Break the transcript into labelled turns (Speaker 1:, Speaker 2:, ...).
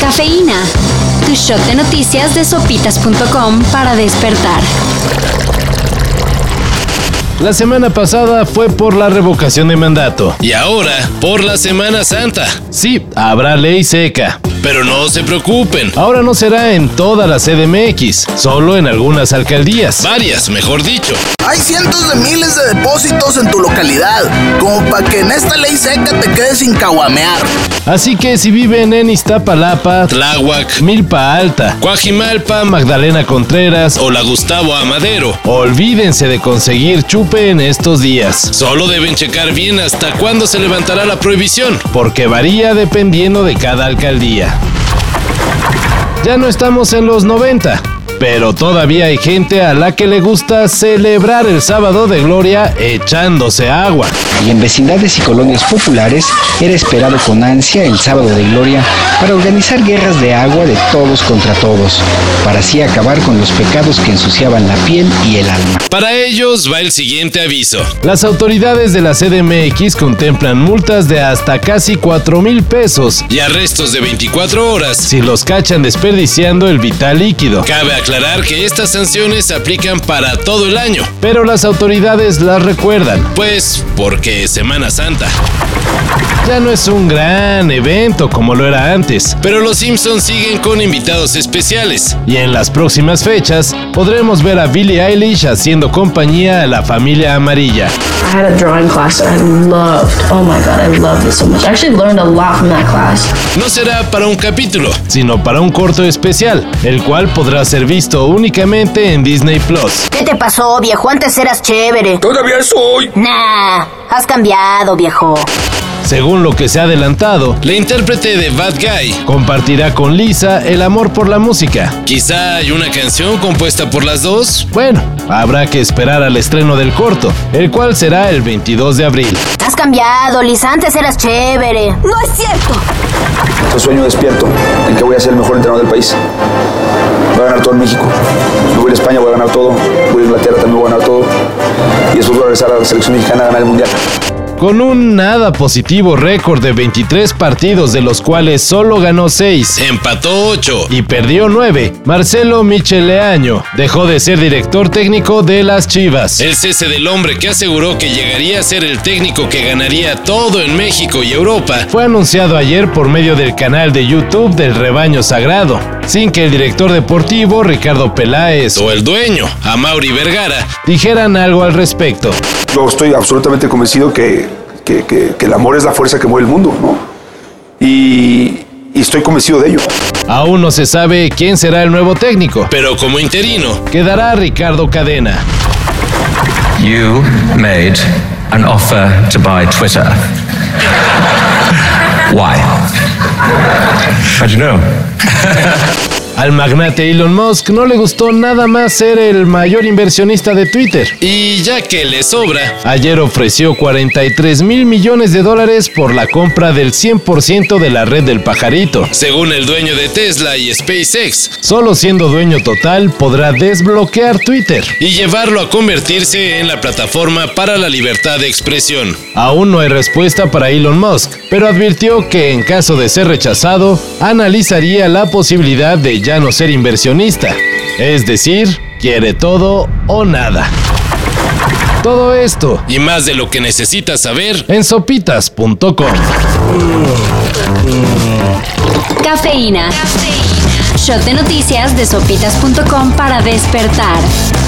Speaker 1: Cafeína. Tu shot de noticias de sopitas.com para despertar.
Speaker 2: La semana pasada fue por la revocación de mandato. Y ahora, por la Semana Santa. Sí, habrá ley seca. Pero no se preocupen. Ahora no será en toda la CDMX, solo en algunas alcaldías. Varias, mejor dicho.
Speaker 3: Hay cientos de miles de depósitos en tu localidad, como para que en esta ley seca te quedes sin caguamear.
Speaker 2: Así que si viven en Iztapalapa, Tláhuac, Milpa Alta, Coajimalpa, Magdalena Contreras o la Gustavo Amadero, olvídense de conseguir chupe en estos días. Solo deben checar bien hasta cuándo se levantará la prohibición, porque varía dependiendo de cada alcaldía. Ya no estamos en los 90. Pero todavía hay gente a la que le gusta celebrar el sábado de gloria echándose agua.
Speaker 4: y en vecindades y colonias populares era esperado con ansia el sábado de gloria para organizar guerras de agua de todos contra todos, para así acabar con los pecados que ensuciaban la piel y el alma.
Speaker 2: Para ellos va el siguiente aviso. Las autoridades de la CDMX contemplan multas de hasta casi 4 mil pesos y arrestos de 24 horas si los cachan desperdiciando el vital líquido. Cabe aclarar que estas sanciones se aplican para todo el año, pero las autoridades las recuerdan, pues porque es Semana Santa. Ya no es un gran evento como lo era antes, pero los Simpsons siguen con invitados especiales. Y en las próximas fechas podremos ver a Billie Eilish haciendo compañía a la familia amarilla.
Speaker 5: I had a drawing class that I loved. Oh my god, I loved it so much. I actually learned a lot from that class.
Speaker 2: No será para un capítulo, sino para un corto especial, el cual podrá ser visto únicamente en Disney Plus.
Speaker 6: ¿Qué te pasó, viejo? Antes eras chévere.
Speaker 3: Todavía soy.
Speaker 6: Nah, has cambiado, viejo.
Speaker 2: Según lo que se ha adelantado, la intérprete de Bad Guy compartirá con Lisa el amor por la música. Quizá hay una canción compuesta por las dos. Bueno, habrá que esperar al estreno del corto, el cual será el 22 de abril.
Speaker 6: Has cambiado, Liz. Antes eras chévere. No es cierto.
Speaker 7: Este sueño despierto en que voy a ser el mejor entrenador del país. Voy a ganar todo en México. Me voy a ir a España, voy a ganar todo. Voy a Inglaterra, también voy a ganar todo. Y después voy a regresar a la selección mexicana a ganar el mundial.
Speaker 2: Con un nada positivo récord de 23 partidos de los cuales solo ganó 6, empató 8 y perdió 9, Marcelo Micheleaño dejó de ser director técnico de las Chivas. El cese del hombre que aseguró que llegaría a ser el técnico que ganaría todo en México y Europa fue anunciado ayer por medio del canal de YouTube del Rebaño Sagrado, sin que el director deportivo Ricardo Peláez o el dueño, Amauri Vergara, dijeran algo al respecto.
Speaker 7: Yo estoy absolutamente convencido que, que- que- que el amor es la fuerza que mueve el mundo, ¿no? Y- y estoy convencido de ello.
Speaker 2: Aún no se sabe quién será el nuevo técnico, pero como interino quedará Ricardo Cadena.
Speaker 8: You made an offer to buy Twitter. Why? How do you know?
Speaker 2: Al magnate Elon Musk no le gustó nada más ser el mayor inversionista de Twitter. Y ya que le sobra, ayer ofreció 43 mil millones de dólares por la compra del 100% de la red del pajarito. Según el dueño de Tesla y SpaceX, solo siendo dueño total podrá desbloquear Twitter y llevarlo a convertirse en la plataforma para la libertad de expresión. Aún no hay respuesta para Elon Musk, pero advirtió que en caso de ser rechazado, analizaría la posibilidad de ya no ser inversionista. Es decir, quiere todo o nada. Todo esto y más de lo que necesitas saber en sopitas.com.
Speaker 1: Cafeína. Shot de noticias de sopitas.com para despertar.